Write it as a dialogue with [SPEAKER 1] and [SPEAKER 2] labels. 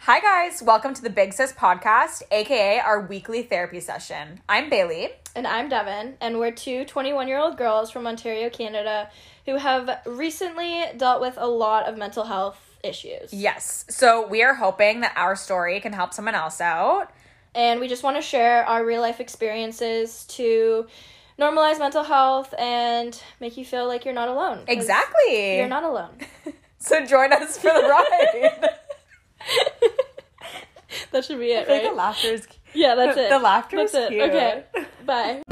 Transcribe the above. [SPEAKER 1] Hi, guys. Welcome to the Big Sis Podcast, aka our weekly therapy session. I'm Bailey.
[SPEAKER 2] And I'm Devin, and we're two 21 year old girls from Ontario, Canada, who have recently dealt with a lot of mental health issues.
[SPEAKER 1] Yes. So, we are hoping that our story can help someone else out.
[SPEAKER 2] And we just want to share our real life experiences to normalize mental health and make you feel like you're not alone. 'Cause
[SPEAKER 1] Exactly.
[SPEAKER 2] You're not alone.
[SPEAKER 1] So, join us for the ride.
[SPEAKER 2] that should be it,
[SPEAKER 1] I feel like
[SPEAKER 2] right?
[SPEAKER 1] laughter is
[SPEAKER 2] yeah, that's
[SPEAKER 1] the-
[SPEAKER 2] it.
[SPEAKER 1] the laughter
[SPEAKER 2] That's
[SPEAKER 1] is
[SPEAKER 2] it.
[SPEAKER 1] cute.
[SPEAKER 2] Okay. Bye.